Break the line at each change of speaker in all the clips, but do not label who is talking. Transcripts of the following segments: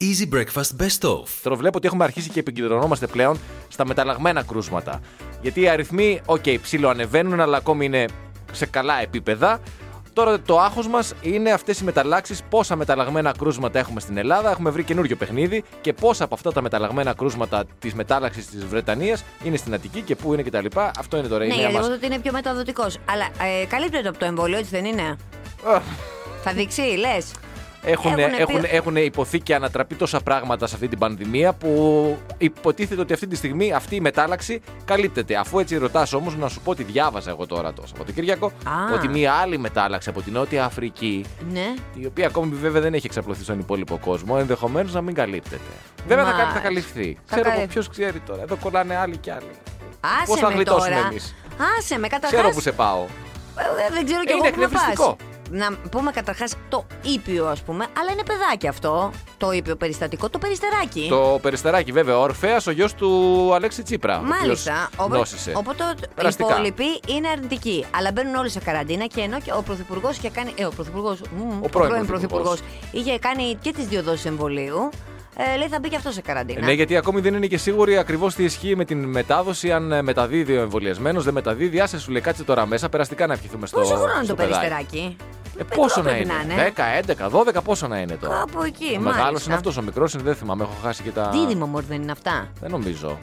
Easy Breakfast Best Of.
Τώρα βλέπω ότι έχουμε αρχίσει και επικεντρωνόμαστε πλέον στα μεταλλαγμένα κρούσματα. Γιατί οι αριθμοί, οκ, okay, ψηλοανεβαίνουν, αλλά ακόμη είναι σε καλά επίπεδα. Τώρα το άγχος μας είναι αυτές οι μεταλλάξεις. Πόσα μεταλλαγμένα κρούσματα έχουμε στην Ελλάδα. Έχουμε βρει καινούριο παιχνίδι και πόσα από αυτά τα μεταλλαγμένα κρούσματα της μετάλλαξης της Βρετανίας είναι στην Αττική και πού είναι κτλ. Αυτό είναι τώρα η
Ναι,
νέα
γιατί
μας.
εγώ ότι είναι πιο μεταδοτικός. Αλλά ε, καλύπτεται από το εμβόλιο, έτσι δεν είναι. Θα δείξει, λες.
Έχουν,
Έχουνε πει-
έχουν, έχουν υποθεί και ανατραπεί τόσα πράγματα σε αυτή την πανδημία που υποτίθεται ότι αυτή τη στιγμή αυτή η μετάλλαξη καλύπτεται. Αφού έτσι ρωτάς όμως, να σου πω ότι διάβαζα εγώ τώρα το Σαββατοκύριακο
Α.
ότι μία άλλη μετάλλαξη από την Νότια Αφρική,
Ναι.
η οποία ακόμη βέβαια δεν έχει εξαπλωθεί στον υπόλοιπο κόσμο, ενδεχομένως να μην καλύπτεται. Βέβαια θα, κα- θα
Μάλιστα.
καλυφθεί.
Θα
Ξέρω εγώ
καλυφθεί.
ποιος ξέρει τώρα. Εδώ κολλάνε άλλοι και άλλοι.
Άσε
Πώς θα
με
γλιτώσουμε
τώρα.
εμείς.
Άσε με,
Ξέρω
καταρχά.
που σε πάω.
Ε, δεν ξέρω κι
Είναι
εγώ πού να πας.
εκνευριστικό.
Να πούμε καταρχάς το ήπιο, ας πούμε, αλλά είναι παιδάκι αυτό. Το ήπιο περιστατικό, το περιστεράκι.
Το περιστεράκι, βέβαια. Ο Ορφαία, ο γιος του Αλέξη Τσίπρα. ο
Μάλιστα.
οποίος
Οπότε,
νόσησε.
οπότε οι
Περαστικά.
υπόλοιποι είναι αρνητικοί. Αλλά μπαίνουν όλοι σε καραντίνα και ενώ και ο Πρωθυπουργός είχε κάνει. Ε, ο Πρωθυπουργός.
Ο πρώην
Πρωθυπουργός.
Πρωθυπουργός.
Είχε κάνει και τις δύο δόσεις εμβολίου. Ε, λέει θα μπει και αυτός σε καραντίνα.
Ναι, γιατί ακόμη δεν είναι και σίγουροι ακριβώς τι ισχύει με την μετάδοση. Αν ε, μεταδίδει ο εμβολιασμένος, δεν μεταδίδει. Άσε σου λέει, κάτσε τώρα μέσα. Περαστικά να ευχηθούμε στο.
Πόσο χρόνο είναι το
στο παιδάκι.
περιστεράκι.
Ε,
Μικρό
πόσο να
πρέπει
είναι.
να είναι.
10, 11, 12, πόσο να είναι τώρα.
Κάπου εκεί,
Ο μεγάλος
μάλιστα.
είναι αυτός. Ο μικρός είναι, δεν θυμάμαι. Έχω χάσει και τα.
Δίδυμο μόνο δεν είναι αυτά.
Δεν νομίζω.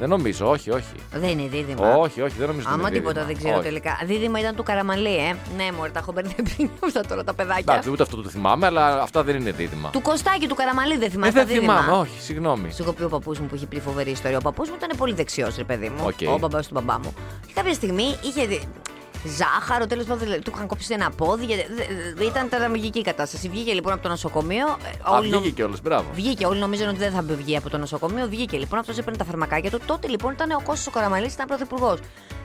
Δεν νομίζω, όχι, όχι.
Δεν είναι δίδυμα.
Όχι, όχι, δεν νομίζω. ότι
Άμα
είναι
τίποτα
δίδυμα.
δεν ξέρω
Όχι.
τελικά. Δίδυμα ήταν του Καραμαλή, ε. Ναι, μωρέ, τα έχω μπερδέψει αυτά τώρα τα παιδάκια.
Εντάξει, ούτε αυτό το θυμάμαι, αλλά αυτά δεν είναι δίδυμα.
Του Κωστάκη, του Καραμαλή δεν
Ε,
θυμάσαι.
δεν θυμάμαι, όχι, συγγνώμη.
Σου έχω πει ο παππούς μου που είχε πει φοβερή ιστορία. Ο παππούς μου ήταν πολύ δεξιός, ρε παιδί μου.
Οκ.
Ο μπαμπάς του μπαμπά μου. Και κάποια στιγμή είχε δι- ζάχαρο, τέλος πάντων δηλαδή, του είχαν κόψει ένα πόδι. γιατί δε- δε- Ήταν τραγική κατάσταση. Βγήκε λοιπόν από το νοσοκομείο. ε,
Α,
όλοι νο-
βγήκε κιόλας, μπράβο.
Βγήκε, όλοι νομίζαν ότι δεν θα βγει από το νοσοκομείο. Βγήκε λοιπόν, αυτός έπαιρνε τα φαρμακάκια του. Τότε λοιπόν ήταν ο Κώστας ο Καραμαλής, ήταν πρωθυπουργός.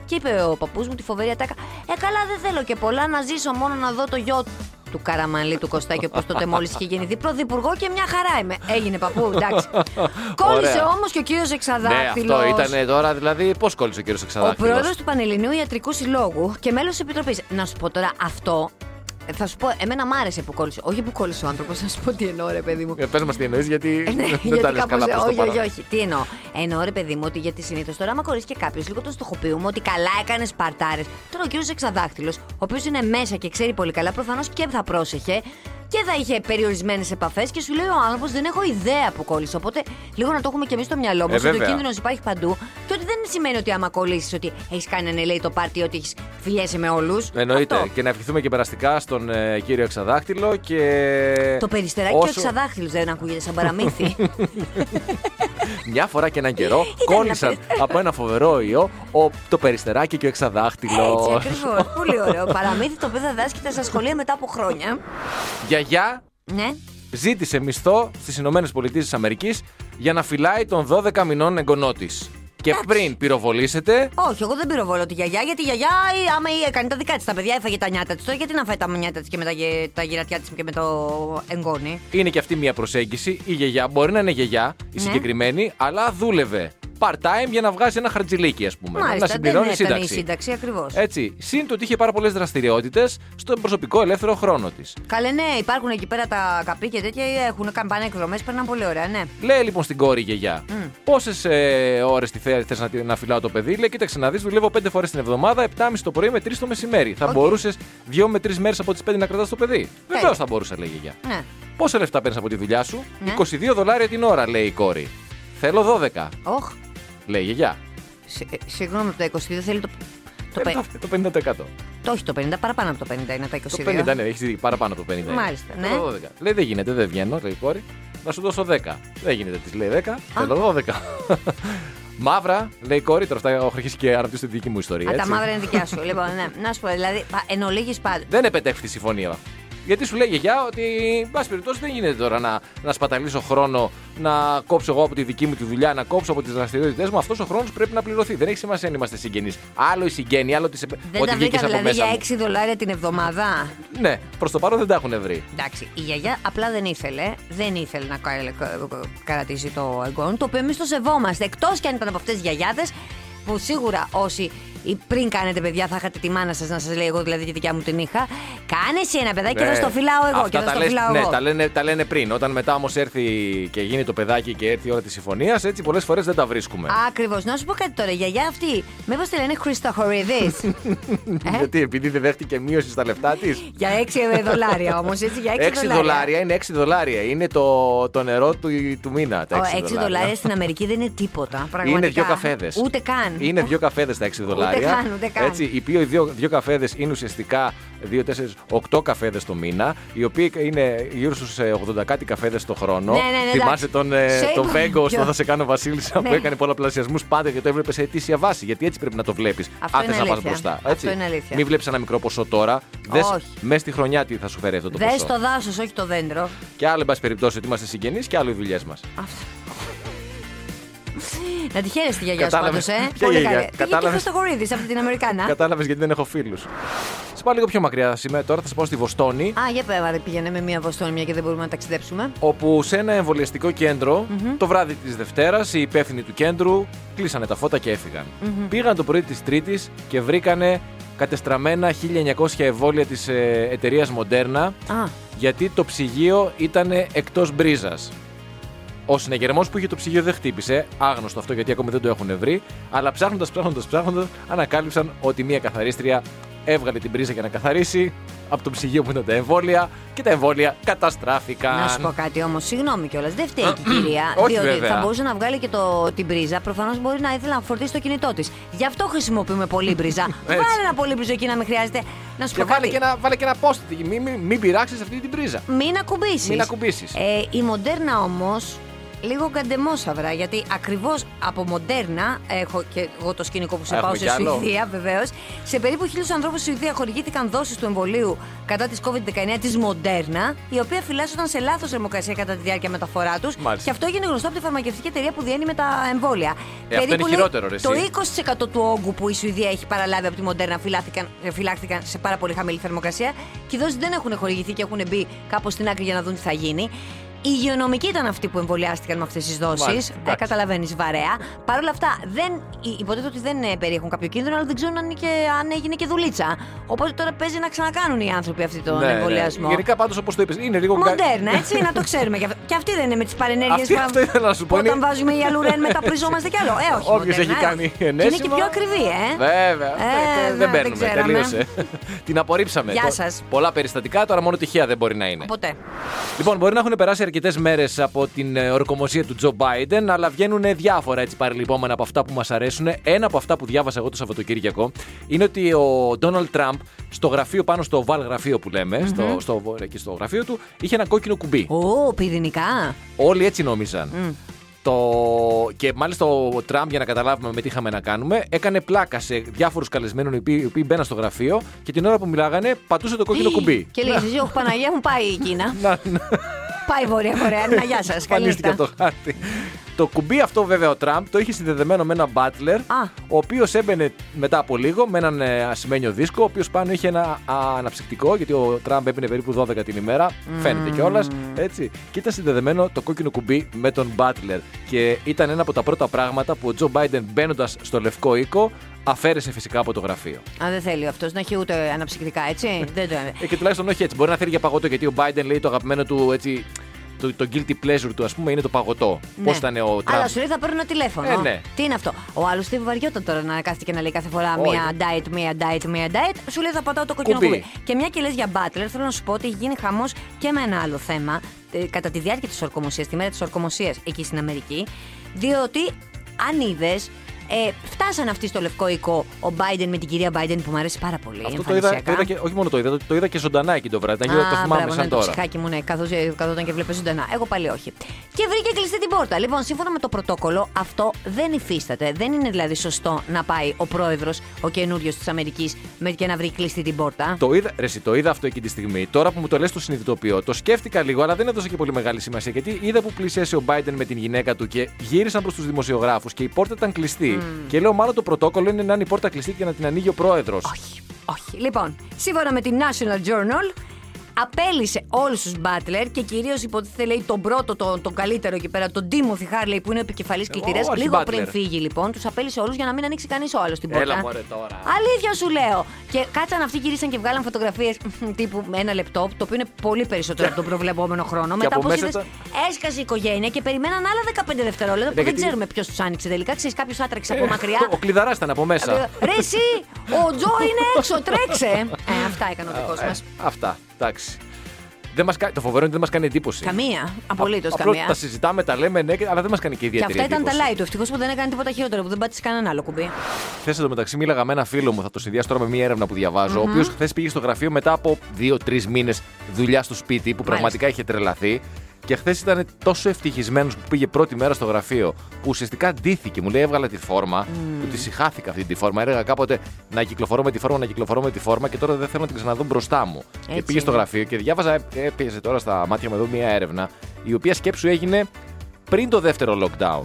Και είπε ο παππούς μου τη φοβερή ατάκα. Ε, καλά, δεν θέλω και πολλά να ζήσω, μόνο να δω το γιο του Καραμαλή του Κωστάκη, όπω τότε μόλις είχε γεννηθεί. Πρωθυπουργό και μια χαρά είμαι. Έγινε παππού, εντάξει. Κόλλησε
Ωραία.
όμως και ο κύριος
Ναι,
Εξαδάκτυλο.
αυτό ήταν τώρα, δηλαδή, πώς κόλλησε ο κύριος
Ο
Εξαδάκη.
πρόεδρος του Πανελληνίου Ιατρικού Συλλόγου και μέλος της Επιτροπής. Να σου πω τώρα αυτό. ε, Θα σου πω, εμένα μ' άρεσε που κόλλησε. Όχι που κόλλησε ο άνθρωπος, να σου πω τι εννοώ, ρε παιδί μου.
Ε, Πες μας τι εννοείς, γιατί
Ε, ναι,
δεν
γιατί
τα λες
κάπως-
καλά προς το
όχι, όχι,
παρόν.
όχι. Τι εννοώ. Εννοώ, ρε παιδί μου, ότι γιατί συνήθως τώρα, άμα κορίσει και κάποιος, λίγο τον στοχοποιούμε ότι καλά έκανες παρτάρες. Τώρα ο κύριος Εξαδάχτυλος, ο οποίος είναι μέσα και ξέρει πολύ καλά, προφανώς και θα πρόσεχε και θα είχε περιορισμένες επαφές και σου λέει ο άνθρωπος δεν έχω ιδέα που κόλλησε. Οπότε λίγο να το έχουμε και εμείς στο μυαλό μας
Ε,
ότι ο
βέβαια.
κίνδυνος υπάρχει παντού και ότι δεν σημαίνει ότι άμα κολλήσεις ότι έχεις κάνει ένα λέει το πάρτι, ότι έχεις φιλιέσαι με όλους.
Εννοείται. Και να ευχηθούμε και περαστικά στον ε, κύριο Εξαδάκτυλο και.
Το περιστεράκι και ο Εξαδάχτυλο δεν ακούγεται σαν παραμύθι.
Μια φορά και έναν καιρό
Ήταν
κόλλησαν
ένα-
από ένα φοβερό ιό ο, το περιστεράκι και ο Εξαδάκτυλο.
Έτσι ακριβώς. Πολύ ωραίο. Παραμύθι το οποίο θα δάσκεται στα σχολεία μετά από χρόνια.
Γιαγιά
Ναι.
ζήτησε μισθό στις ΗΠΑ για να φυλάει τον 12 μηνών εγγονό τη. Και πριν πυροβολήσετε,
Όχι, εγώ δεν πυροβολώ τη γιαγιά, γιατί η γιαγιά ή, άμα ή έκανε τα δικά της τα παιδιά, έφαγε τα νιάτα της. Τώρα γιατί να φάει τα νιάτα της και με τα, γε- τα γυρατιά της και με το εγγόνι.
είναι και αυτή μια προσέγγιση. Η γιαγιά μπορεί να είναι γιαγιά, η
Ναι.
συγκεκριμένη, αλλά δούλευε part-time για να βγάζει ένα χαρτζιλίκι, ας πούμε.
Μάλιστα, ναι,
να
δεν
συμπληρώνει
ήταν η
σύνταξη. Ε.
σύνταξη ακριβώς.
Έτσι. Συν το ότι είχε πάρα πολλές δραστηριότητες στον προσωπικό ελεύθερο χρόνο της.
Καλέ, ναι, υπάρχουν εκεί πέρα τα καπί και τέτοια, ε, έχουν κάνει πάνε εκδρομές, περνάνε πολύ ωραία, ναι.
Λέει λοιπόν στην κόρη η γιαγιά, πόσες ε, ώρες τη θε θες να, τη- να φυλάω το παιδί. Λέει, κοίταξε να δεις, δουλεύω 5 φορές την εβδομάδα, 7.30 το πρωί με 3 το μεσημέρι. Θα
Οκ.
μπορούσες 2 με 3 μέρες από τις 5 να κρατάς το παιδί. Βεβαίως θα μπορούσε, λέει η γιαγιά.
Ναι.
Πόσα λεφτά παίρνεις από τη δουλειά σου,
Ναι.
22 δολάρια την ώρα, λέει η κόρη. Θέλω 12,
Οχ,
λέει η γιαγιά.
συ- ε, συγγνώμη από το 22, θέλει το. Το, πε-
Ε, το 50%.
το όχι το 50, παραπάνω από το 50 είναι τα 22.
Το 50, ναι, έχεις παραπάνω από το 50. είναι.
Μάλιστα,
Ε,
ναι.
το 12. Λέει δεν γίνεται, δεν βγαίνω, λέει η κόρη. Να σου δώσω 10. Δεν γίνεται, της λέει 10. Θέλω 12. Μαύρα, λέει η κόρη, τώρα αυτά έχω αρχίσει και αναπτύσσει τη δική μου ιστορία.
Α, τα
έτσι.
μαύρα είναι δικιά σου. λοιπόν, ναι. Να σου πω, δηλαδή, πα- εν ολίγης πάντων.
Δεν επετεύχθη η συμφωνία. Γιατί σου λέει η γιαγιά ότι, εν πάση περιπτώσει, δεν γίνεται τώρα να, να σπαταλήσω χρόνο, να κόψω εγώ από τη δική μου τη δουλειά, να κόψω από τις δραστηριότητέ μου. Αυτός ο χρόνος πρέπει να πληρωθεί. Δεν έχει σημασία αν είμαστε συγγενείς. Άλλο η συγγένεια, άλλο ότι, σε...
Δεν
ότι
τα βρήκα
βγήκε από
δηλαδή
μέσα.
για
μου.
6 δολάρια την εβδομάδα.
Ναι, προς το παρόν δεν τα έχουν βρει.
Εντάξει, η γιαγιά απλά δεν ήθελε, δεν ήθελε να κα- κα- κρατήσει το εγγόνι, το οποίο εμείς το σεβόμαστε. Εκτός κι αν ήταν από αυτές τις γιαγιάδες που σίγουρα όσοι ή πριν κάνετε παιδιά, θα είχατε τη μάνα σας να σας λέει εγώ, δηλαδή τη δικιά μου την είχα. Κάνε εσύ ένα παιδάκι Ε, και
Ναι.
εδώ στο φυλάω εγώ.
Αυτά
και εδώ
τα,
στο
λες-
φυλάω
ναι,
εγώ.
τα, λένε, τα λένε πριν. Όταν μετά όμως έρθει και γίνει το παιδάκι και έρθει η ώρα της συμφωνίας, έτσι πολλές φορές δεν τα βρίσκουμε.
Ακριβώς. Να σου πω κάτι τώρα, η γιαγιά αυτή. Μήπω τη λένε Χριστοχοριδή. ε?
Γιατί, επειδή δεν δέχτηκε μείωση στα λεφτά της.
για 6 δολάρια όμως, έτσι. Για 6,
6 δολάρια είναι 6 δολάρια. Είναι το, το νερό του, του μήνα. Τα 6
6 δολάρια στην Αμερική δεν είναι τίποτα. Πραγματικά.
Είναι δύο καφέδες.
Ούτε καν.
Είναι δύο καφέδες τα 6 δολάρια.
καν, ούτε καν.
Έτσι, οι οποίοι δύο, δύο καφέδες είναι ουσιαστικά 2, 4, 8 καφέδες το μήνα, οι οποίοι είναι γύρω στους 80 κάτι καφέδες το χρόνο.
Ναι, ναι, ναι,
Θυμάσαι
εντάξει.
τον, ε,
Σε
τον
είπα,
Βέγκο στο
ποιο.
Θα σε κάνω Βασίλισσα που
Ναι.
έκανε πολλαπλασιασμούς πάντα και το έβλεπες σε αιτήσια βάση. Γιατί έτσι πρέπει να το βλέπεις.
Αυτό
Αν
είναι
θε να πα
αλήθεια.
μπροστά.
Αυτό είναι αλήθεια.
Μην βλέπεις ένα μικρό ποσό τώρα.
Όχι.
Μέσα στη χρονιά τι θα σου φέρει αυτό το
Δες
ποσό.
Ε, το δάσος, όχι το δέντρο.
Και άλλο, εν πάση περιπτώσει, ότι είμαστε συγγενείς και άλλο οι δουλειές μας.
Αυτό. Να τη χαίρεσαι τη γιαγιά σου πάντω,
Κατάλαβες.
ε.
Ποια γιαγιά?
καλή. Πήγε και
Κατάλαβες.
Χριστοχορίδη από την Αμερικάνα.
Κατάλαβες γιατί δεν έχω φίλους. Σε πάω λίγο πιο μακριά σήμερα. Τώρα θα σε πάω στη Βοστόνη.
Α, για πέρα, πήγαινε με μία βοστόνη μια και δεν μπορούμε να ταξιδέψουμε.
όπου σε ένα εμβολιαστικό κέντρο, το βράδυ της Δευτέρας, οι υπεύθυνοι του κέντρου κλείσανε τα φώτα και εφυγαν Πήγαν το πρωί της Τρίτης και βρήκανε κατεστραμμένα 1900 εμβόλια της ε, εταιρείας Moderna,
Α,
γιατί το ψυγείο ήταν εκτός μπρίζας. Ο συναγερμό που είχε το ψυγείο δεν χτύπησε, άγνωστο αυτό γιατί ακόμη δεν το έχουν βρει, αλλά ψάχνοντας, ψάχνοντας, ψάχνοντας, ανακάλυψαν ότι μια καθαρίστρια έβγαλε την πρίζα για να καθαρίσει από το ψυγείο που ήταν τα εμβόλια και τα εμβόλια καταστράφηκαν.
να σου πω κάτι όμως, συγγνώμη κιόλας. Δεν φταίει η κυρία.
Όχι,
διότι
βέβαια.
θα μπορούσε να βγάλει και το, την πρίζα. Προφανώς μπορεί να ήθελε να φορτίσει το κινητό της. Γι' αυτό χρησιμοποιούμε πολύ πρίζα. Βάλε ένα πολύ πρίζο εκεί να μην χρειάζεται. Να σου
Και
πω
βάλε
κάτι.
και, ένα, βάλε και ένα post. Μην, μην, μην πειράξεις αυτή την πρίζα.
Μην ακουμπήσεις.
Μην ακουμπήσεις.
Ε, η μοντέρνα όμως. Λίγο γκαντεμόσαυρα, γιατί ακριβώς από μοντέρνα, έχω και εγώ το σκηνικό που σε
Έχουμε
πάω σε
κι άλλο.
Σουηδία βεβαίως. Σε περίπου χίλιους ανθρώπους στη Σουηδία χορηγήθηκαν δόσεις του εμβολίου κατά της COVID-19 της μοντέρνα, η οποία φυλάσσονταν σε λάθος θερμοκρασία κατά τη διάρκεια μεταφορά τους.
Μάλιστα.
Και αυτό έγινε γνωστό από τη φαρμακευτική εταιρεία που διένει με τα εμβόλια.
Ε, αυτό είναι
λέει,
χειρότερο, ρε, εσύ.
Το 20% του όγκου που η Σουηδία έχει παραλάβει από τη Μοντέρνα φυλάχθηκαν, φυλάχθηκαν σε πάρα πολύ χαμηλή θερμοκρασία και οι δόσεις δεν έχουν χορηγηθεί και έχουν μπει κάπως στην άκρη για να δουν τι θα γίνει. Οι υγειονομικοί ήταν αυτοί που εμβολιάστηκαν με αυτές τις δόσεις.
Μάλιστα,
Ε,
εντάξει.
Καταλαβαίνεις βαρέα. Παρ' όλα αυτά, δεν, υ- υποτίθεται ότι δεν ε, περιέχουν κάποιο κίνδυνο, αλλά δεν ξέρουν αν, είναι και, αν έγινε και δουλίτσα. Οπότε τώρα παίζει να ξανακάνουν οι άνθρωποι αυτοί τον εμβολιασμό.
Ναι, Γενικά πάντως όπως το είπες, είναι λίγο κα-
Μοντέρνα, ε. έτσι, να το ξέρουμε. Και αυ- Και αυτή δεν είναι με τις παρενέργειες
Αυτή- αυτό ήθελα να σου πω,
Όταν
είναι-
βάζουμε η αλουρέν, μετά πριζόμαστε κι άλλο. Ε, όχι.
Όποιος
Moderna,
έχει
ε,
κάνει Ναι.
όχι. Και Είναι και
ενέσιμα.
πιο ακριβή, ε.
Βέβαια.
Ε,
δεν-
ναι,
δεν
δεν
παίρνουμε.
ξέραμε.
τελείωσε. Την απορρίψαμε.
Γεια
Το-
σας.
Πολλά περιστατικά, τώρα μόνο τυχαία δεν μπορεί να είναι.
Ποτέ.
Λοιπόν, μπορεί να έχουν περάσει αρκετές μέρες από την ε, ορκομοσία του Τζο Μπάιντεν, αλλά βγαίνουν ε, διάφορα έτσι παρελειπόμενα από αυτά που μας αρέσουν. Ένα από αυτά που διάβασα εγώ το Σαββατοκύριακο είναι ότι ο Ντόναλτ Τραμπ στο γραφείο, πάνω στο βαλ γραφείο που λεμε στο, στο, εκεί στο γραφείο του, είχε ένα κόκκινο κουμπί.
Ω, πυρηνικά.
Όλοι έτσι νόμιζαν. Το... Και μάλιστα ο Τραμπ, για να καταλάβουμε με τι είχαμε να κάνουμε, έκανε πλάκα σε διάφορους καλεσμένους οι οποίοι, οι οποίοι μπαίναν στο γραφείο και την ώρα που μιλάγανε πατούσε το κόκκινο κουμπί. Ναι.
Και λέει, εσύ, όχι Παναγία μου, πάει η Κίνα.
Να, να,
Πάει η Βόρεια Κορέα. Να, γεια σας. Καλή
εμφανίστηκε
νύχτα.
από το χάρτη. Το κουμπί αυτό βέβαια ο Τραμπ το είχε συνδεδεμένο με ένα μπάτλερ, ο οποίος έμπαινε μετά από λίγο με έναν ε, ασημένιο δίσκο, ο οποίος πάνω είχε ένα α, αναψυκτικό, γιατί ο Τραμπ έπαινε περίπου 12 την ημέρα, φαίνεται κιόλας. Έτσι. Και ήταν συνδεδεμένο το κόκκινο κουμπί με τον μπάτλερ. Και ήταν ένα από τα πρώτα πράγματα που ο Τζο Μπάιντεν μπαίνοντας στο λευκό οίκο αφαίρεσε φυσικά από το γραφείο.
Α, δεν θέλει αυτός να έχει ούτε αναψυκτικά, έτσι. Δεν το
Ε, και τουλάχιστον όχι έτσι. Μπορεί να θέλει για παγωτό γιατί ο Biden λέει το αγαπημένο του έτσι. Το, το guilty pleasure του, ας πούμε, είναι το παγωτό.
Ναι.
Πώς ήταν ο Τραμπ.
Αλλά σου λέει θα παίρνω τηλέφωνο.
Ε, ναι.
Τι είναι αυτό. Ο άλλος τι βαριόταν τώρα να κάθεται και να λέει κάθε φορά
Όχι.
μία diet, μία diet, μία diet. Σου λέει θα πατάω το κοκκινό
Κουμπί.
κουμπί. Και μια και λες για Butler, θέλω να σου πω ότι έχει γίνει χαμός και με ένα άλλο θέμα. ε, κατά τη διάρκεια της ορκομοσίας, τη μέρα της ορκομοσίας εκεί στην Αμερική. Διότι αν είδες. Ε, φτάσαν αυτοί στο λευκό οικό ο Biden με την κυρία Biden που μου αρέσει πάρα πολύ.
Αυτό το είδα, το
εμφανισιακά.
είδα και, όχι μόνο το είδα, το, το είδα και ζωντανά εκεί το βράδυ. Ήταν γύρω- Ε, το
Α,
θυμάμαι
μπράβο,
σαν
ναι,
τώρα.
Το ψυχάκι μου, ναι, καθώς καθόταν και βλέπε ζωντανά. Εγώ πάλι όχι. Και βρήκε κλειστή την πόρτα. Λοιπόν, σύμφωνα με το πρωτόκολλο, αυτό δεν υφίσταται. Δεν είναι δηλαδή σωστό να πάει ο πρόεδρος, ο καινούριος της Αμερικής, με και να βρει κλειστή την πόρτα.
Το είδα, ρε, εσύ, το είδα αυτό εκεί τη στιγμή. Τώρα που μου το λες, το συνειδητοποιώ. Το σκέφτηκα λίγο, αλλά δεν έδωσα και πολύ μεγάλη σημασία. Γιατί είδα που πλησίασε ο Biden με την γυναίκα του και γύρισαν προς τους δημοσιογράφους και η πόρτα ήταν κλειστή. Και λέω, μάλλον το πρωτόκολλο είναι να είναι η πόρτα κλειστή και να την ανοίγει ο πρόεδρος.
Όχι, όχι. Λοιπόν, σύμφωνα με την National Journal, Απέλησε όλους τους Μπάτλερ και κυρίως υποτίθεται λέει τον πρώτο, τον, τον καλύτερο εκεί πέρα, τον Τίμωθη Χάρλεϊ που είναι ο επικεφαλή κλητήρε.
Ε, όχι
Λίγο
Butler.
πριν φύγει λοιπόν, τους απέλησε όλους για να μην ανοίξει κανείς ο άλλος την πόρτα.
Έλα, μωρέ, τώρα.
Αλήθεια σου λέω. Και κάτσαν αυτοί, γυρίσαν και βγάλαν φωτογραφίες τύπου με ένα λεπτό, το οποίο είναι πολύ περισσότερο από τον προβλεπόμενο χρόνο. Μετά
από
από
μέσα
είδες, έσκασε η οικογένεια και περιμέναν άλλα 15 δευτερόλεπτα που δεν
Ναι, γιατί- Ε,
ξέρουμε ποιος τους άνοιξε τελικά. Ξέρεις, κάποιος άτρεξε από μακριά. Ε,
Ο κλειδαράς ήταν από μέσα.
Ρε εσύ, ο Τζο είναι έξω, τρέξε. Ε, αυτά έκανε ο δικός
Ε,
μας.
Αυτά. Εντάξει. Δεν μας κα- Το φοβερό είναι ότι δεν μας κάνει εντύπωση.
Καμία. Απολύτω
ε, Απλώς
καμία.
τα συζητάμε, τα λέμε, ναι, και- αλλά δεν μας κάνει και
Και
ιδιαίτερη
αυτά ήταν τα
εντύπωση.
live του. Ευτυχώς που δεν έκανε τίποτα χειρότερο, που δεν πάτησε κανένα άλλο κουμπί.
Χθες εντωμεταξύ μίλαγα με ένα φίλο μου, θα το συνδυάσω τώρα με μια έρευνα που διαβαζω ο οποίος χθες πήγε στο γραφείο μετά από 2-3 μήνες δουλειά στο σπίτι, που πραγματικά είχε τρελαθεί. Και χθες ήταν τόσο ευτυχισμένος που πήγε πρώτη μέρα στο γραφείο, που ουσιαστικά ντύθηκε. Μου λέει: Έβγαλα τη φόρμα, που της συχάθηκα αυτή τη φόρμα. Έλεγα κάποτε να κυκλοφορώ με τη φόρμα, να κυκλοφορώ με τη φόρμα και τώρα δεν θέλω να την ξαναδώ μπροστά μου. και
Έτσι
πήγε στο
είναι.
γραφείο και διάβαζα, έπαιζε τώρα στα μάτια μου εδώ μια έρευνα, η οποία σκέψου έγινε πριν το δεύτερο lockdown.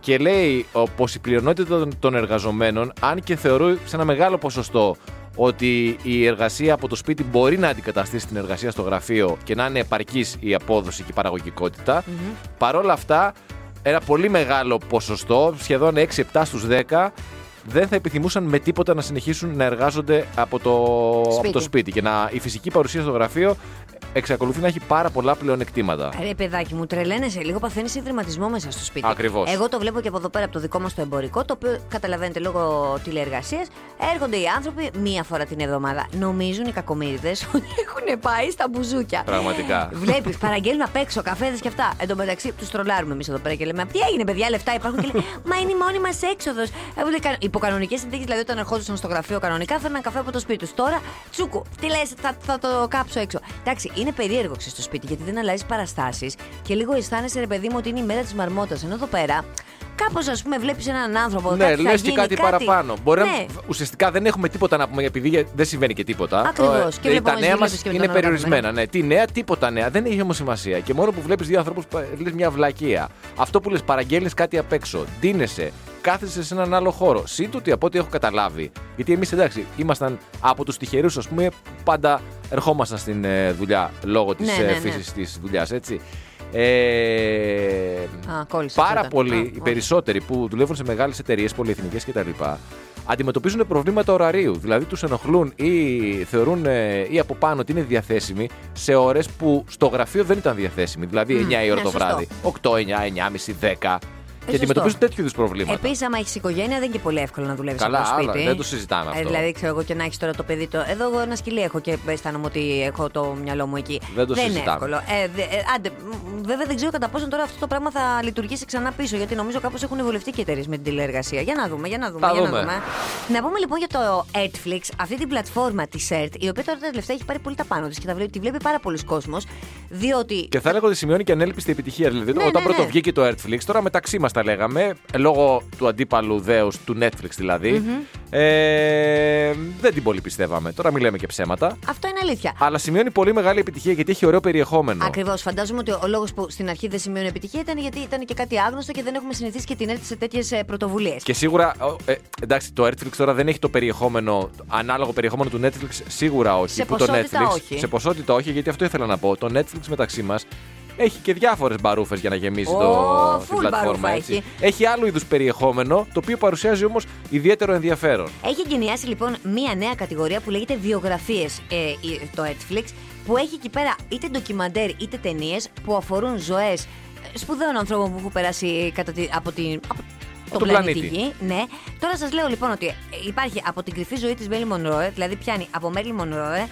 Και λέει πω η πλειονότητα των, των εργαζομένων, αν και θεωρούν σε ένα μεγάλο ποσοστό ότι η εργασία από το σπίτι μπορεί να αντικαταστήσει την εργασία στο γραφείο και να είναι επαρκής η απόδοση και η παραγωγικοτητα παρόλα αυτά, ένα πολύ μεγάλο ποσοστό, σχεδόν 6-7 στου 10, δεν θα επιθυμούσαν με τίποτα να συνεχίσουν να εργάζονται από το
Σπίτι.
από το σπίτι. Και να, η φυσική παρουσία στο γραφείο εξακολουθεί να έχει πάρα πολλά πλεονεκτήματα.
Ρε παιδάκι μου, τρελαίνεσαι λίγο, παθαίνεις ιδρυματισμό μέσα στο σπίτι.
Ακριβώς.
Εγώ το βλέπω και από εδώ πέρα από το δικό μας το εμπορικό, το οποίο καταλαβαίνετε λόγω τηλεεργασίας. Έρχονται οι άνθρωποι μία φορά την εβδομάδα. Νομίζουν οι κακομίριδε ότι έχουν πάει στα μπουζούκια.
Πραγματικά.
Βλέπεις, παραγγέλνουν απ' έξω καφέδες και αυτά. Εν τω μεταξύ, τους τρολάρουμε εμείς εδώ πέρα και λέμε: «Α, Τι έγινε, παιδιά, λεφτά υπάρχουν. Και λέει, Μα είναι η μόνη Ε, μας έξοδος. Υποκανονικέ συνθήκες, δηλαδή όταν ερχόντουσαν στο γραφείο κανονικά, φέρναν καφέ από το σπίτι τους. Τώρα, τσούκου, τι λες, θα, θα, το κάψω έξω. Εντάξει, είναι περίεργο ξέρεις, στο σπίτι γιατί δεν αλλάζει παραστάσεις και λίγο αισθάνεσαι, ρε παιδί μου, ότι είναι η μέρα της μαρμότας. Ενώ εδώ πέρα, κάπως ας πούμε, βλέπεις έναν άνθρωπο.
Ναι,
κάτι θα
λες και
γίνει,
κάτι, παραπάνω. Μπορεί
Ναι.
να... Ουσιαστικά δεν έχουμε τίποτα να πούμε επειδή δεν συμβαίνει και τίποτα.
Ακριβώς.
Ε, δηλαδή,
Και βλέπουμε
τα νέα μα
τις γυναίκες και με
είναι
τον άλλο
περιορισμένα. Ναι. Τι νέα, τίποτα νέα. Δεν έχει όμως σημασία. Και μόνο που βλέπεις δύο ανθρώπους, λες μια βλακεία. Αυτό που λες, παραγγέλνεις κάτι απ' έξω. Ντύνεσαι. Κάθεσαι σε έναν άλλο χώρο. Σύντοτη από ό,τι έχω καταλάβει. Γιατί εμείς εντάξει, ήμασταν από τους τυχερούς, ας πούμε, που πάντα ερχόμασταν στην ε, δουλειά λόγω ε, της
Ναι, ναι, ναι.
φύσης της δουλειάς, έτσι. Ε,
Α, κόλλησες
πάρα
αυτό.
πολλοί,
Α,
οι
όχι.
περισσότεροι που δουλεύουν σε μεγάλες εταιρείες, πολυεθνικές κτλ., αντιμετωπίζουν προβλήματα ωραρίου. Δηλαδή τους ενοχλούν ή θεωρούν ε, ή από πάνω ότι είναι διαθέσιμοι σε ώρες που στο γραφείο δεν ήταν διαθέσιμοι. Δηλαδή 9 η ώρα
ναι,
το
σωστό. Ε,
βράδυ, 8, 9, 9.30, 10. Και
σωστό.
αντιμετωπίζουν τέτοιου είδους προβλήματα.
Επίσης, άμα έχεις οικογένεια, δεν είναι και πολύ εύκολο να δουλεύεις
Καλά,
από το σπίτι.
άλλα, δεν το συζητάμε
Ε,
αυτό.
δηλαδή, ξέρω εγώ και να έχεις τώρα το παιδί. Το... Εδώ εγώ ένα σκυλί έχω και αισθάνομαι ότι έχω το μυαλό μου εκεί.
Δεν το
είναι
συζητάμε.
εύκολο. Ε, δε, ε, άντε, μ, βέβαια δεν ξέρω κατά πόσο τώρα αυτό το πράγμα θα λειτουργήσει ξανά πίσω. Γιατί νομίζω κάπως έχουν βολευτεί και οι εταιρείες με την τηλεεργασία. Για να δούμε, για να δούμε.
Θα
για
δούμε.
Να, δούμε. να πούμε λοιπόν για το Netflix, αυτή την πλατφόρμα της ΕΡΤ, η οποία τώρα τελευταία έχει πάρει πολύ τα πάνω της και τα βλέπει, τη βλέπει πάρα πολλοί κόσμος. Διότι
Και θα έλεγα ότι σημειώνει και ανέλπιστη επιτυχία. Δηλαδή,
Ναι,
όταν
ναι,
πρώτο
ναι.
βγήκε το Netflix, τώρα μεταξύ μας τα λέγαμε, λόγω του αντίπαλου δέους του Netflix δηλαδη ε, δεν την πολύ πιστεύαμε. Τώρα μιλάμε και ψέματα.
αυτό είναι αλήθεια.
Αλλά σημειώνει πολύ μεγάλη επιτυχία γιατί έχει ωραίο περιεχόμενο.
Ακριβώς. Φαντάζομαι ότι ο λόγος που στην αρχή δεν σημειώνει επιτυχία ήταν γιατί ήταν και κάτι άγνωστο και δεν έχουμε συνηθίσει και την έρθει σε ε, τέτοιε πρωτοβουλίες.
Και σίγουρα, ε, εντάξει, το Netflix τώρα δεν έχει το περιεχόμενο, το ανάλογο περιεχόμενο του Netflix, σίγουρα όχι.
Σε
που το
ποσότητα
Netflix,
όχι.
Σε ποσότητα όχι, γιατί αυτό ήθελα να πω. Το Netflix μεταξύ μας έχει και διάφορες μπαρούφες για να γεμίζει
Ω,
το,
full
την πλατφόρμα.
μπαρούφα
Έτσι.
έχει.
έχει άλλου είδους περιεχόμενο, το οποίο παρουσιάζει όμως ιδιαίτερο ενδιαφέρον.
Έχει εγκαινιάσει λοιπόν μία νέα κατηγορία που λέγεται βιογραφίες το Netflix, που έχει εκεί πέρα είτε ντοκιμαντέρ είτε ταινίες που αφορούν ζωές σπουδαίων ανθρώπων που έχουν περάσει κατά τη- από την. Από
τον
τον πλανήτη.
πλανήτη.
Γη, ναι. Τώρα σας λέω λοιπόν ότι υπάρχει από την κρυφή ζωή της Μέλη Μονρόε, δηλαδή πιάνει από Μέλη Μονρόε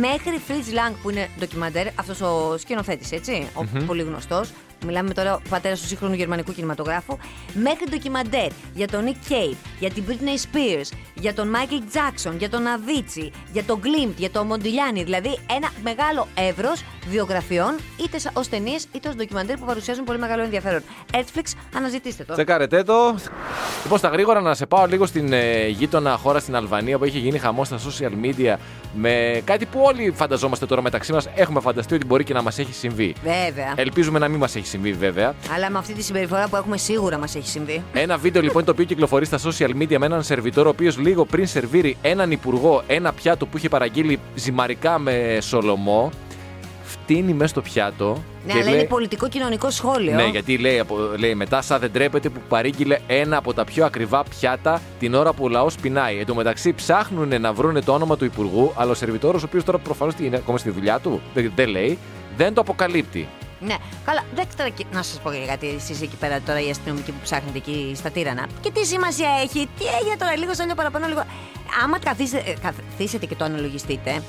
μέχρι Fritz Lang που είναι ντοκιμαντέρ, αυτός ο σκηνοθέτης, έτσι, ο πολύ γνωστός. Μιλάμε τώρα ο πατέρας του σύγχρονου γερμανικού κινηματογράφου. Μέχρι ντοκιμαντέρ για τον Nick Cave, για την Britney Spears, για τον Michael Jackson, για τον Avicii, για τον Klimt, για τον Μοντιλιάνι. Δηλαδή ένα μεγάλο εύρος βιογραφιών, είτε ως ταινίες είτε ως ντοκιμαντέρ που παρουσιάζουν πολύ μεγάλο ενδιαφέρον. Netflix, αναζητήστε το.
Τσεκάρετε το. Λοιπόν, στα γρήγορα να σε πάω λίγο στην ε, γείτονα χώρα στην Αλβανία που έχει γίνει χαμός στα social media με κάτι που όλοι φανταζόμαστε τώρα μεταξύ μας. Έχουμε φανταστεί ότι μπορεί και να μας έχει συμβεί.
Βέβαια.
Ελπίζουμε να μην μας έχει συμβεί βέβαια.
Αλλά με αυτή τη συμπεριφορά που έχουμε σίγουρα μας έχει συμβεί.
Ένα βίντεο λοιπόν το οποίο κυκλοφορεί στα social media με έναν σερβιτόρο ο οποίος λίγο πριν σερβίρει έναν υπουργό ένα πιάτο που είχε παραγγείλει ζυμαρικά με σολομό. Φτύνει μέσα στο πιάτο.
Ναι,
και
αλλά
λέει-
είναι πολιτικό κοινωνικό σχόλιο.
Ναι, γιατί λέει, απο- λέει μετά, σαν δεν τρέπεται που παρήγγειλε ένα από τα πιο ακριβά πιάτα την ώρα που ο λαός πεινάει. Εν τω μεταξύ ψάχνουν να βρουν το όνομα του υπουργού, αλλά ο σερβιτόρος, ο οποίος τώρα προφανώς είναι ακόμα στη δουλειά του, δεν, δεν λέει, δεν το αποκαλύπτει.
Ναι, καλά, εντάξει τώρα και- να σας πω και κάτι. Εσεί εκεί πέρα τώρα οι αστυνομικοί που ψάχνετε εκεί στα τύρανα. Και τι σημασία έχει, τι έγινε τώρα, λίγο σαν λίγο παραπάνω, λίγο. Άμα καθίσετε, ε, καθίσετε και το αναλογιστείτε,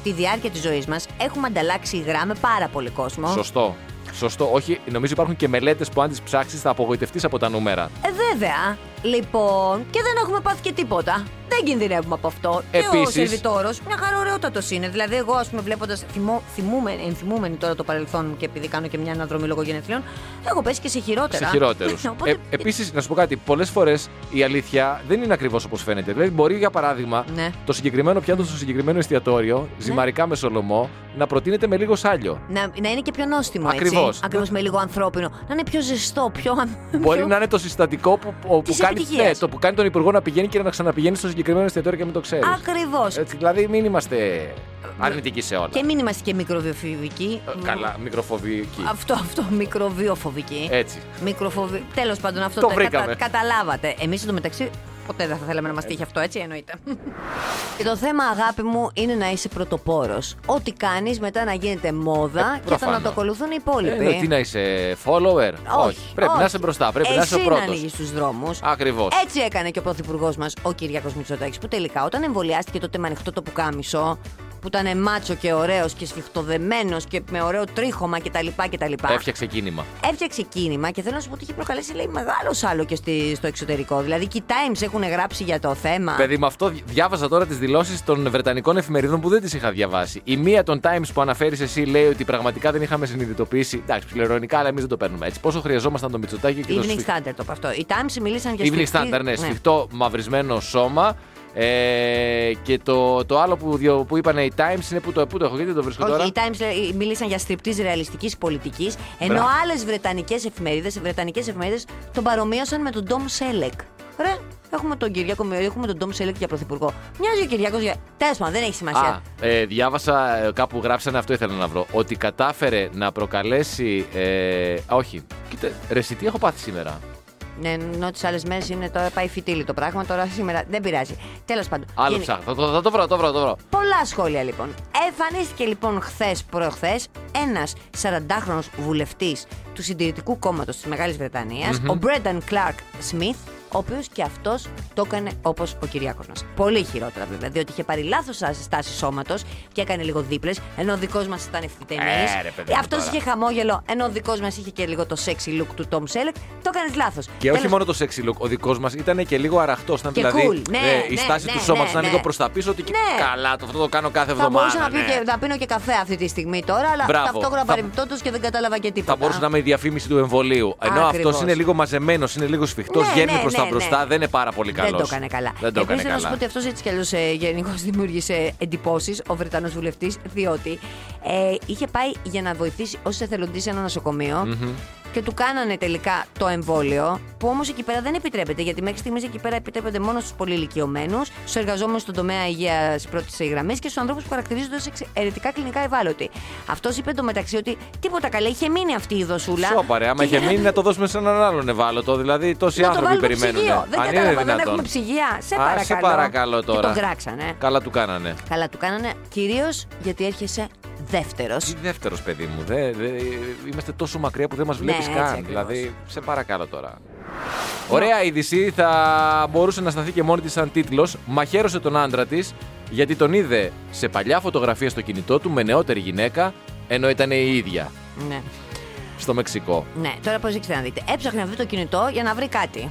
στη διάρκεια της ζωής μας έχουμε ανταλλάξει υγρά με πάρα πολύ κόσμο.
Σωστό. Σωστό. Όχι, νομίζω υπάρχουν και μελέτες που αν τις ψάξεις θα απογοητευτείς από τα νούμερα.
Ε, βέβαια. Λοιπόν, και δεν έχουμε πάθει και τίποτα. Δεν κινδυνεύουμε από αυτό. Και ο
Επίσης-
σερβιτόρος, μια χαρά ωραιότατο είναι. Δηλαδή, εγώ, ας πούμε, βλέποντας. Θυμούμενη, ενθυμούμενη τώρα το παρελθόν μου και επειδή κάνω και μια αναδρομή λόγω γενεθλίων, έχω πέσει και σε χειρότερα.
Σε Ε, χειρότερους.
Οπότε,
Επίσης, να σου πω κάτι. Πολλές φορές η αλήθεια δεν είναι ακριβώς όπως φαίνεται. Δηλαδή, μπορεί για παράδειγμα
Ναι.
το συγκεκριμένο πιάτο στο συγκεκριμένο εστιατόριο, ζυμαρικά με σολομό, να προτείνεται με λίγο σάλιο.
να, να είναι και πιο νόστιμο.
Ακριβώς.
Ακριβώς με λίγο ανθρώπινο. Να είναι πιο ζεστό, πιο. αν-
Μπορεί να είναι το συστατικό που, που,
Της
κάνει,
επιτυχίας.
ναι, το που κάνει τον υπουργό να πηγαίνει και να ξαναπηγαίνει στο συγκεκριμένο εστιατόριο και μην το ξέρεις.
Ακριβώς.
Έτσι, δηλαδή, μην είμαστε αρνητικοί σε όλα.
Και μην είμαστε και μικροβιοφοβικοί.
Ε, Καλά, Ε, μικροφοβικοί.
Αυτό, αυτό, μικροβιοφοβικοί.
Έτσι.
Μικροφοβή. Τέλος πάντων, αυτό
Το
τα-
βρήκαμε.
καταλάβατε. Εμείς μεταξύ ποτέ δεν θα θέλαμε να μας τύχει αυτό, έτσι εννοείται. Και το θέμα, αγάπη μου, είναι να είσαι πρωτοπόρος. Ό,τι κάνεις μετά να γίνεται μόδα και θα
Ε, προφανώς.
να το ακολουθούν οι
Ε,
υπόλοιποι.
ναι, τι να είσαι follower. Πρέπει να είσαι μπροστά, πρέπει να είσαι ο
Εσύ
πρώτο.
να ανοίγεις τους δρόμους.
Ακριβώς.
Έτσι έκανε και ο πρωθυπουργός μας, ο Κυριακό Μητσοτάκης, που τελικά όταν εμβολιάστηκε τότε με ανοιχτό το πουκάμισο, που ήταν μάτσο και ωραίος και σφιχτοδεμένος και με ωραίο τρίχωμα κτλ. κτλ
Έφτιαξε κίνημα.
έφτιαξε κίνημα και θέλω να σου πω ότι είχε προκαλέσει λέει, μεγάλος άλλο και στη- στο εξωτερικό. Δηλαδή και οι Times έχουν γράψει για το θέμα.
Παιδί, με αυτό δι- διάβαζα τώρα τις δηλώσεις των Βρετανικών εφημερίδων που δεν τις είχα διαβάσει. Η μία των Times που αναφέρεις εσύ λέει ότι πραγματικά δεν είχαμε συνειδητοποιήσει. Εντάξει, ψηλερονικά, αλλά εμείς δεν το παίρνουμε έτσι. Πόσο χρειαζόμασταν το Μητσοτάκι και το
Evening
σφιχτό.
Standard το είπε αυτό. Οι Times μιλήσαν για
Evening
σφιχτή-
Standard, ναι, σφιχτό μαυρισμένο σώμα. Ε, και το, το άλλο που, διο- που είπαν οι Times είναι που το, που το έχω γιατί δεν το βρίσκω
Όχι,
τώρα.
οι Times λέει, μίλησαν για στριπτής ρεαλιστικής πολιτικής, ενώ
Μπράβο.
άλλες βρετανικές εφημερίδες βρετανικές εφημερίδες τον παρομοίωσαν με τον Ντόμ Σέλεκ. Ρε, έχουμε τον Κυριάκο Μιωρή, έχουμε τον Ντόμ Σέλεκ για πρωθυπουργό. Μοιάζει ο Κυριάκος για. Τέλος πάντων, δεν έχει σημασία.
Α, ε, διάβασα ε, κάπου γράψανε αυτό ήθελα να βρω. Ότι κατάφερε να προκαλέσει. Ε, α, όχι. Κοίτα, ρε, εσύ τι έχω πάθει σήμερα.
Ναι, ενώ τις άλλες μέρες είναι τώρα πάει φιτίλι το πράγμα, τώρα σήμερα δεν πειράζει. Τέλος πάντων.
Άλλο
γενι-
ψάχνω. Θα, το- θα το βρω, θα το βρω, θα το βρω.
Πολλά σχόλια λοιπόν. Εμφανίστηκε λοιπόν χθες προχθές ένας 40χρονο βουλευτής του Συντηρητικού Κόμματος της Μεγάλης ο Μπρένταν Κλάρκ Σμιθ, ο οποίος και αυτός το έκανε όπως ο Κυριάκο μα. Πολύ χειρότερα βέβαια, διότι είχε πάρει λάθος στάση σώματος και έκανε λίγο δίπλες, ενώ ο δικός μας ήταν
Ε, ρε, παιδί
ευθυτενή.
μου,
αυτός
τώρα.
είχε χαμόγελο, ενώ ο δικός μας είχε και λίγο το sexy look του Tom Selleck. Το έκανες λάθος.
Και όχι μόνο το sexy look, ο δικός μας ήταν και λίγο αραχτός. Ήταν
Και
δηλαδή
cool, ναι,
ε, η
ναι,
στάση
ναι,
του σώματος
ναι,
ήταν
ναι.
λίγο προς τα πίσω. Ότι και-
Ναι.
καλά, το, αυτό το κάνω κάθε
Θα
εβδομάδα.
μπορούσα να, πιω
ναι.
και, να πίνω και καφέ αυτή τη στιγμή τώρα, αλλά
Μπράβο.
ταυτόχρονα
Θα-
παρεμπιπτόντως και δεν κατάλαβα και τίποτα.
Θα μπορούσε να είμαι η διαφήμιση του εμβολίου. Ενώ
Ακριβώς.
αυτό είναι λίγο μαζεμένος, είναι λίγο σφιχτός,
Ναι,
γέρνει
ναι,
προς τα
ναι,
μπροστά,
ναι.
δεν είναι πάρα πολύ καλό.
Δεν το έκανε καλά.
Δεν το έκανε
Επίσης, να σου πω
καλά.
ότι αυτός έτσι κι αλλιώς ε, γενικώς δημιούργησε εντυπώσεις, ο Βρετανός βουλευτής, διότι ε, είχε πάει για να βοηθήσει ω εθελοντή σε ένα νοσοκομείο και του κάνανε τελικά το εμβόλιο, που όμως εκεί πέρα δεν επιτρέπεται, γιατί μέχρι στιγμής εκεί πέρα επιτρέπεται μόνο στους πολυηλικιωμένου, στους εργαζόμενους στον τομέα υγείας πρώτης γραμμής και στους ανθρώπους που χαρακτηρίζονται ως εξαιρετικά κλινικά ευάλωτοι. Αυτός είπε εντωμεταξύ ότι τίποτα καλά, είχε μείνει αυτή η δοσούλα.
Σοπαρε, άμα
και
είχε
για-
μείνει να το δώσουμε σε έναν άλλον ευάλωτο. Δηλαδή τόσοι
να το
άνθρωποι
βάλουμε
περιμένουν.
ψυγείο. Δεν
Αν είναι
κατάλαβα, δεν έχουμε
δυνατόν.
ψυγεία. Σε
Α,
παρακαλώ.
σε παρακαλώ τώρα.
Και τον κράξανε.
Καλά του κάνανε.
Καλά του κάνανε, κυρίως γιατί έρχεσαι δεύτερος.
Τι δεύτερος παιδί μου, δε, δε, είμαστε τόσο μακριά που δεν μας βλέπεις
Ναι, έτσι
καν.
ακριβώς.
Δηλαδή, σε παρακαλώ τώρα. Ωραία είδηση, θα μπορούσε να σταθεί και μόνη της σαν τίτλος. Μαχαίρωσε τον άντρα της γιατί τον είδε σε παλιά φωτογραφία στο κινητό του με νεότερη γυναίκα ενώ ήταν η ίδια
Ναι.
στο Μεξικό.
ναι, τώρα προσέξτε να δείτε. Έψαχνε να βρει το κινητό για να βρει κάτι.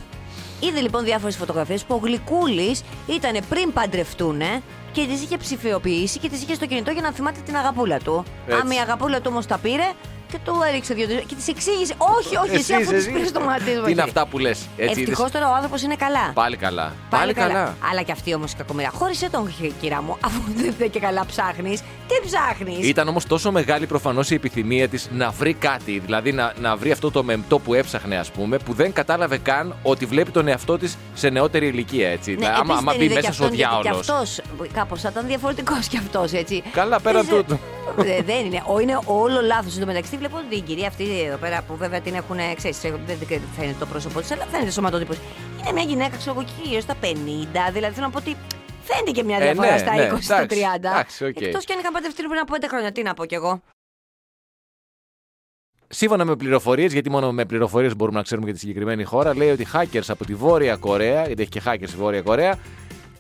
Είδε λοιπόν διάφορες φωτογραφίες που ο Γλυκούλης ήταν πριν παντρευτούνε και τι είχε ψηφιοποιήσει και τι είχε στο κινητό για να θυμάται την αγαπούλα του.
Έτσι.
Άμα η αγαπούλα του όμως τα πήρε, και του έριξε δύο Και της εξήγησε. Όχι, όχι, εσύ, αφού τη πήρες το μάτι.
Τι είναι αυτά που λες.
Ευτυχώς τώρα ο άνθρωπος είναι καλά.
Πάλι καλά. Πάλι,
Πάλι
καλά.
Αλλά και αυτή όμως η κακομοίρα. Χώρισε τον, κυρία μου, αφού δεν και καλά ψάχνεις. Τι ψάχνεις.
Ήταν όμως τόσο μεγάλη προφανώς η επιθυμία της να βρει κάτι, δηλαδή να, να βρει αυτό το μεμπτό που έψαχνε, ας πούμε, που δεν κατάλαβε καν ότι βλέπει τον εαυτό της σε νεότερη ηλικία, έτσι.
Ναι,
άμα
επίσης
άμα
δεν
μπει
είδε και
μέσα στο
αυτόν, γιατί
διάολο.
Και αυτός κάπως θα ήταν διαφορετικός κι αυτός, έτσι.
Καλά, πέραν
Δεν σε-
τούτου.
Δε- δεν είναι. Ο, είναι όλο λάθος. Εν τω μεταξύ, βλέπω ότι η κυρία αυτή εδώ πέρα που βέβαια την έχουν. Ξέρεις, ε, δεν δεν φαίνεται το πρόσωπό της, αλλά φαίνεται σωματότυπος. Είναι μια γυναίκα, ξέρω εγώ, γύρω στα 50. Δηλαδή θέλω να πω ότι φαίνεται και μια
Ε,
διαφορά
ναι,
στα
ναι,
20, στα 30.
εντάξει, εντάξει, οκ.
Εκτός κι αν είχαν παντρευτεί πριν από 5 χρόνια, τι να πω κι εγώ.
Σύμφωνα με πληροφορίες, γιατί μόνο με πληροφορίες μπορούμε να ξέρουμε για τη συγκεκριμένη χώρα, λέει ότι hackers από τη Βόρεια Κορέα, γιατί έχει και hackers στη Βόρεια Κορέα,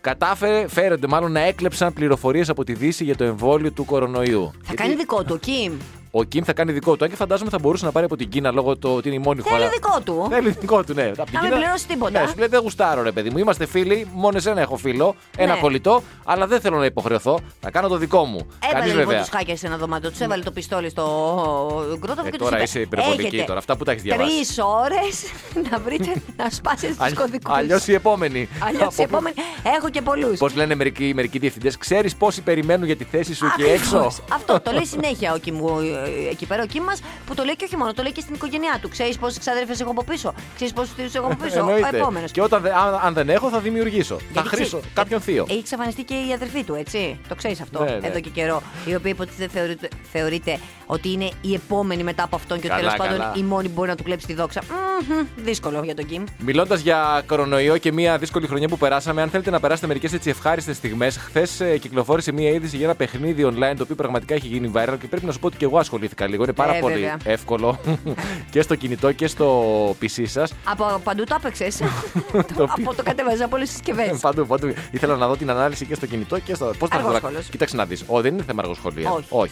κατάφερε, φέρονται μάλλον να έκλεψαν πληροφορίες από τη Δύση για το εμβόλιο του κορονοϊού.
Θα κάνει δικό του, Κιμ.
Ο Κιμ θα κάνει δικό του. Αν και φαντάζομαι θα μπορούσε να πάρει από την Κίνα λόγω του ότι είναι η μόνη χώρα.
Θέλει δικό του.
Θέλει δικό του, ναι. Απ' την
Θα με
Κίνα-
πληρώσει τίποτα.
Ναι, σου λέει δεν γουστάρω, ρε παιδί μου. Είμαστε φίλοι, μόνο εσένα έχω φίλο, ένα
Ναι.
κολλητό, αλλά δεν θέλω να υποχρεωθώ. Θα κάνω το δικό μου. Κανείς
Έβαλε λοιπόν
βέβαια.
τους χάκερ σε ένα δωμάτιο, τους έβαλε το πιστόλι στο γκρόταφο
Ε,
και τους
τώρα είσαι υπερβολική τώρα. Αυτά που τα έχεις διαβάσει.
Τρεις ώρες να βρείτε να σπάσετε του κωδικούς.
Αλλιώς η επόμενη.
Αλλιώς
Από-
η επόμενη. Έχω και πολλούς.
Πώς λένε μερικοί, μερικοί διευθυντές, ξέρεις πόσοι περιμένουν για τη θέση σου εκεί έξω.
Αυτό το λέει συνέχεια ο Κιμ, ο- ε, εκεί πέρα ο Κιμ μας που το λέει και όχι μόνο, το λέει και στην οικογένειά του. Ξέρεις πόσες ξαδέρφες έχω από πίσω. Ξέρεις πόσους θείους έχω από πίσω. Ο
Εννοείται.
επόμενος.
Και όταν, δε- αν, αν δεν έχω, θα δημιουργήσω. θα χρήσω κάποιον θείο.
Έχει εξαφανιστεί και η αδερφή του, έτσι. Το ξέρεις αυτό
Ναι, ναι.
εδώ και καιρό. Η οποία υποτίθεται θεωρείται, θεωρείται ότι είναι η επόμενη μετά από αυτόν και ότι
Καλά,
τέλος πάντων
καλά.
η μόνη που μπορεί να του κλέψει τη δόξα. Μμμ, δύσκολο για τον Κιμ.
Μιλώντας για κορονοϊό και μια δύσκολη χρονιά που περάσαμε, αν θέλετε να περάσετε μερικές έτσι ευχάριστες στιγμές, χθες ε, κυκλοφόρησε μια είδηση για ένα παιχνίδι online το οποίο πραγματικά έχει γίνει viral και πρέπει να σου πω ότι και εγώ ασχολήθηκα λίγο. Είναι πάρα
Ε,
πολύ
βέβαια.
εύκολο και στο κινητό και στο PC σας.
Από παντού το έπαιξε. από το κατέβαζα από όλες τις συσκευές.
Παντού, παντού. Ε, Ήθελα να δω την ανάλυση και στο κινητό και στο. Πώς θα έρθω να.
Αργόσχολος.
Κοίταξε να δεις. Ω, δεν είναι θέμα αργοσχολίας.
Όχι.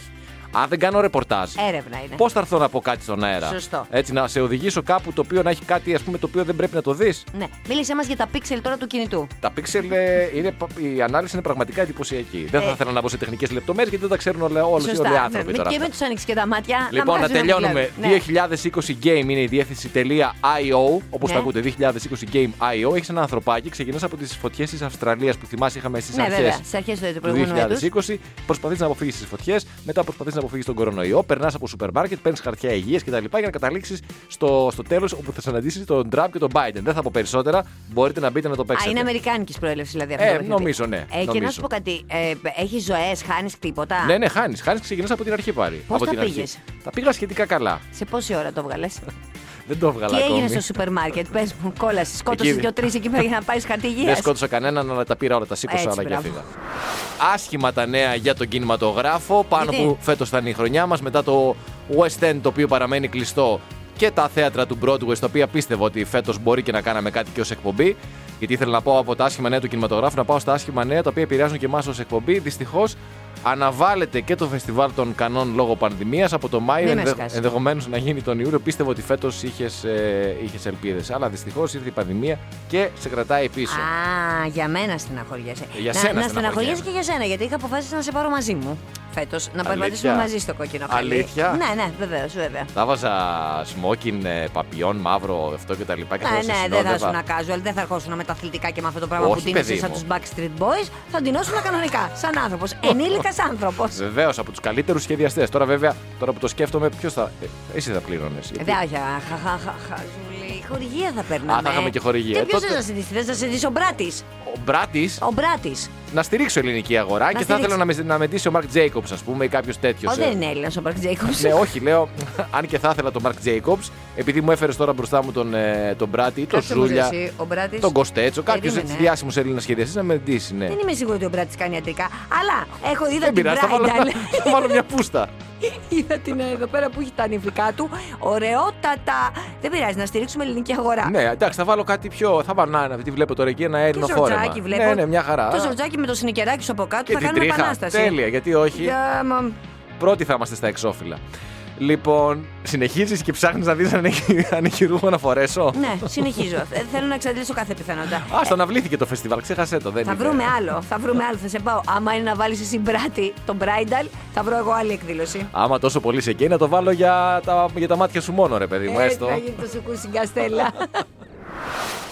Αν δεν κάνω ρεπορτάζ.
Έρευνα είναι.
Πώς θα έρθω να πω κάτι στον αέρα.
Σωστό.
Έτσι, να σε οδηγήσω κάπου το οποίο να έχει κάτι ας πούμε, το οποίο δεν πρέπει να το δεις.
Ναι. Μίλησε μας για τα πίξελ τώρα του κινητού.
Τα pixel, ε, είναι, πα- η ανάλυση είναι πραγματικά εντυπωσιακή. Δεν θα
Ε.
ήθελα να μπω σε τεχνικές λεπτομέρειες γιατί δεν τα ξέρουν όλα- όλοι οι
Σωστά.
όλοι οι άνθρωποι
Ναι,
τώρα.
Και
αυτά.
μην του ανοίξει και τα μάτια.
Λοιπόν, να
βγάζουν
τελειώνουμε.
δηλαδή.
2020
Ναι.
Game είναι η διεύθυνση .io, όπως
Ναι.
τα ακούτε, 2020 Game .io. Έχεις ένα ανθρωπάκι, ξεκινάς από τις φωτιές της Αυστραλίας που θυμάσαι είχαμε στις
Ναι, βέβαια.
αρχές
Στις αρχές του
του
προηγούμενου έτους.
2020. Προσπαθείς να αποφύγεις τις φωτιές, μετά προσπαθείς να αποφύγεις τον κορονοϊό, περνάς από σούπερ μάρκετ, παίρνεις χαρτιά υγείας κτλ. για να καταλήξεις στο, στο τέλος όπου θα συναντήσει τον Τραμπ και τον Biden. Δεν θα πω περισσότερα. Μπορείτε να μπείτε να το
Α,
παίξετε.
είναι αμερικάνικης προέλευσης δηλαδή αυτό.
Ε,
το παιχνίδι.
νομίζω, ναι,
Ε, και να
νομίζω.
σου πω κάτι. Ε, έχεις ζωές, χάνεις τίποτα.
Ναι, ναι, χάνεις. Χάνεις, ξεκινάς από την αρχή πάλι.
Πώς
από
τα
την
πήγες?
Αρχή. Τα πήγα σχετικά καλά.
Σε πόση ώρα το βγάλες.
Δεν το έβγαλα
Τι
ακόμη.
έγινε στο σούπερ μάρκετ, πες μου, κόλασες. Σκότωσε
Εκεί-
δύο-τρει εκεί πέρα για να πάρεις χαρτί
Δεν
υγεία.
σκότωσα κανέναν, αλλά τα πήρα όλα, τα σήκωσα
Έτσι,
όλα και
μπράβο.
έφυγα. Άσχημα τα νέα για τον κινηματογράφο, πάνω
Γιατί?
που φέτος θα είναι η χρονιά μας, μετά το West End το οποίο παραμένει κλειστό και τα θέατρα του Broadway, στα οποία πίστευα ότι φέτος μπορεί και να κάναμε κάτι και ως εκπομπή. Γιατί ήθελα να πάω από τα άσχημα νέα του κινηματογράφου να πάω στα άσχημα νέα τα οποία επηρεάζουν και εμάς ως εκπομπή. Δυστυχώς αναβάλλεται και το φεστιβάλ των κανών λόγω πανδημίας από το Μάιο.
Μη με
ενδε-
σκάσεις.
ενδεχομένως να γίνει τον Ιούλιο. Πίστευα ότι φέτος είχες είχες ελπίδες. Αλλά δυστυχώς ήρθε η πανδημία και σε κρατάει πίσω.
Α, για μένα στεναχωριέσαι.
Για
να,
σένα
να
στεναχωριέσαι.
και για σένα, γιατί είχα αποφασίσει να σε πάρω μαζί μου φέτος. Να περπατήσουμε μαζί στο κόκκινο χαλί.
Αλήθεια?
Ναι, ναι, βεβαίως, βέβαια.
Θα βάζα σμόκιν, ε, παπιόν, μαύρο, αυτό και τα λοιπά. Και
Ναι,
θα σε
ναι, δεν
συνόδευα.
θα ήσουν casual, δεν θα ερχόσουν με τα αθλητικά και με αυτό το πράγμα
Όχι,
που τίνησε
παιδί
σαν
μου.
τους Backstreet Boys. Θα τεινώσουν κανονικά, σαν άνθρωπος. Ενήλικας άνθρωπος.
Βεβαίως, από τους καλύτερους σχεδιαστές. Τώρα, βέβαια, τώρα που το σκέφτομαι, ποιος θα. ε, εσύ θα πλήρωνε.
Δεν όχι, α, χα, χα, χα, χα, ζουλή. χορηγία θα παίρναμε.
Α, θα είχαμε και χορηγία.
Και
Ε,
ποιο
τότε-
δεν θα συντήσει, δεν θα συντήσει ο Μπράτης.
Ο Μπράτης
Ο Μπράτης.
να στηρίξω ελληνική αγορά και θα
στηρίξει.
ήθελα να με, να με ντύσει ο Μαρκ Τζέικομπ, ας πούμε, ή κάποιος τέτοιος.
Ο δεν είναι Έλληνας ο Μπράκ Τζέικομπ.
Ναι, όχι, λέω, αν και θα ήθελα τον Μαρκ Τζέικομπ, επειδή μου έφερες τώρα μπροστά μου τον, ε, τον Μπράτη ή τον
Κάτσε όμως
Ζούλια,
εσύ, ο Μπράτης-
τον Κοστέτσο,
Ε,
κάποιο
περίμενε.
διάσημου Έλληνα σχεδιαστή να με ντύσεις, ναι.
Δεν είμαι σίγουρη ότι ο Μπράτης κάνει ιατρικά. Αλλά έχω είδα
Δεν
την
πειράζει, θα βάλω-
Bridal.
θα βάλω μια φούστα.
είδα την εδώ πέρα που έχει τα νυφλικά του. Ωραιότατα. Δεν πειράζει, να στηρίξουμε ελληνική αγορά.
Ναι, εντάξει, θα βάλω κάτι πιο. Θα βάλω να, τι βλέπω τώρα εκεί, ένα
Το
Έλληνο φόρεμα.
ζορτζάκι βλέπω.
Ναι, ναι, μια χαρά.
Το ζορτζάκι με το συνοικεράκι σου από κάτω
και
θα
την
κάνουμε
τρίχα.
επανάσταση.
Τέλεια, γιατί όχι.
Για, μα,
Πρώτοι θα είμαστε στα εξώφυλλα. Λοιπόν, συνεχίζεις και ψάχνεις να δεις αν, έχει- αν έχει ρούχο να φορέσω.
ναι, συνεχίζω. Ε, Θέλω να εξαντλήσω κάθε πιθανότητα.
Α, στον αυλήθηκε το φεστιβάλ, ξέχασε το. Δεν
Θα
είναι.
βρούμε άλλο. Θα βρούμε άλλο. Θα σε πάω. Άμα είναι να βάλεις εσύ μπράτι τον bridal, θα βρω εγώ άλλη εκδήλωση.
Άμα τόσο πολύ σε καίει, να το βάλω για τα, για τα μάτια σου μόνο, ρε παιδί μου.
Ε,
Έστω.
θα γίνει το σουκού στην Καστέλα.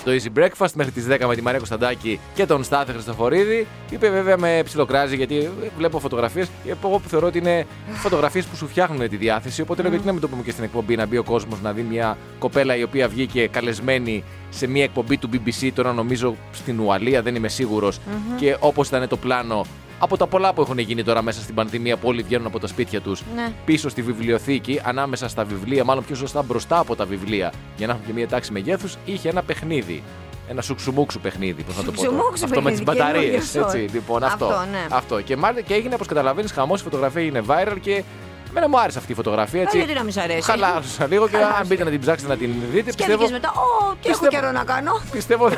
Το Easy Breakfast μέχρι τις 10 με τη Μαρία Κωνσταντάκη και τον Στάθη Χριστοφορίδη. Είπε βέβαια με ψιλοκράζει γιατί βλέπω φωτογραφίες. Εγώ που θεωρώ ότι είναι φωτογραφίες που σου φτιάχνουν τη διάθεση. Οπότε λέω γιατί να μην το πούμε και στην εκπομπή να μπει ο κόσμος να δει μια κοπέλα η οποία βγήκε καλεσμένη σε μια εκπομπή του BBC. Τώρα νομίζω στην Ουαλία, δεν είμαι σίγουρος. Και όπως ήταν το πλάνο από τα πολλά που έχουν γίνει τώρα μέσα στην πανδημία που όλοι βγαίνουν από τα σπίτια τους
Ναι.
πίσω στη βιβλιοθήκη, ανάμεσα στα βιβλία, μάλλον πιο σωστά μπροστά από τα βιβλία, για να έχουμε και μια τάξη μεγέθους, είχε ένα παιχνίδι. Ένα σουξουμούξου παιχνίδι, πώς να το πω. τώρα.
Σουξουμούξου
Αυτό με τις
παιχνίδι,
μπαταρίες.
καινούριο
Έτσι,
σορτ.
λοιπόν, αυτό.
Αυτό, ναι.
αυτό. Και, μάλιστα, και έγινε, όπως καταλαβαίνεις, χαμός. Η φωτογραφία είναι viral και εμένα μου άρεσε αυτή η φωτογραφία. Έτσι.
Α, γιατί να μη σ' αρέσει.
Χαλάρωσα λίγο και
Χαλάρωσε.
αν μπείτε να την ψάξετε να την δείτε, πιστεύω.
Σκέφτηκε μετά, Ω, τι έχω
πιστεύω-
καιρό να κάνω.
Πιστεύω.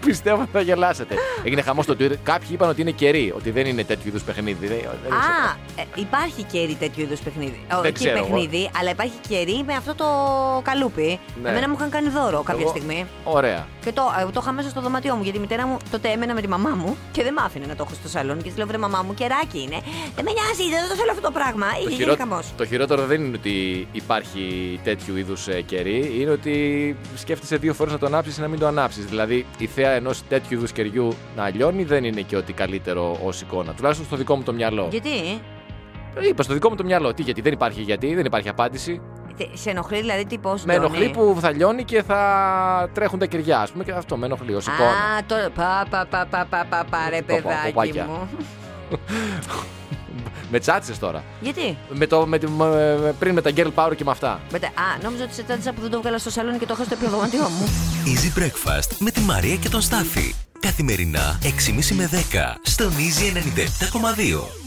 Πιστεύω θα γελάσετε. Έγινε χαμός στο Twitter. Κάποιοι είπαν ότι είναι καιροί, ότι δεν είναι τέτοιου είδους παιχνίδι. Δεν- δεν ξέρω.
Α, ε, υπάρχει κερί τέτοιου είδους παιχνίδι. Ο,
Δεν
όχι
ξέρω εγώ.
παιχνίδι, αλλά υπάρχει κερί με αυτό το καλούπι.
Ναι.
Εμένα μου είχαν κάνει δώρο κάποια
Εγώ-
στιγμή.
Ωραία.
Και το, ε, το είχα μέσα στο δωμάτιό μου, γιατί η μητέρα μου τότε έμενα με τη μαμά μου και δεν μ' άφηνε να το έχω στο σαλόνι. Και της λέω: Βρε, μαμά μου, κεράκι είναι. Δεν με νοιάζει, δεν το θέλω αυτό το πράγμα. Είχε γίνει
χειρό-
χαμός.
το χειρότερο δεν είναι ότι υπάρχει τέτοιου είδους κερί, είναι ότι σκέφτεσαι δύο φορές να το ανάψει ή να μην το ανάψει. Δηλαδή, η θέα ενός τέτοιου είδους κεριού να λιώνει δεν είναι και ότι καλύτερο ως εικόνα. Τουλάχιστον στο δικό μου το μυαλό.
Γιατί
Είπα στο δικό μου το μυαλό. Τι, γιατί δεν υπάρχει γιατί, δεν υπάρχει απάντηση.
τε- σε ενοχλεί, δηλαδή τι πώς.
Με ενοχλεί που θα λιώνει και θα τρέχουν τα κεριά, ας πούμε, και αυτό με ενοχλεί ως εικόνα.
Α, τώρα. Πα, πα, πα, πα, πα, πα, πα, ρε
Πω, πω,
παιδάκι
ποπάκια.
μου.
Με τσάτσες τώρα.
Γιατί.
Με το, με, τη- με- με- πριν με τα girl power και με αυτά.
Μετά, α, νόμιζα ότι σε τάντισα που δεν το βγάλα στο σαλόνι και το είχα στο επιδοματιό μου.
Easy Breakfast με τη Μαρία και τον Στάφη. Καθημερινά 6.30 με 10 στον Easy 97.2.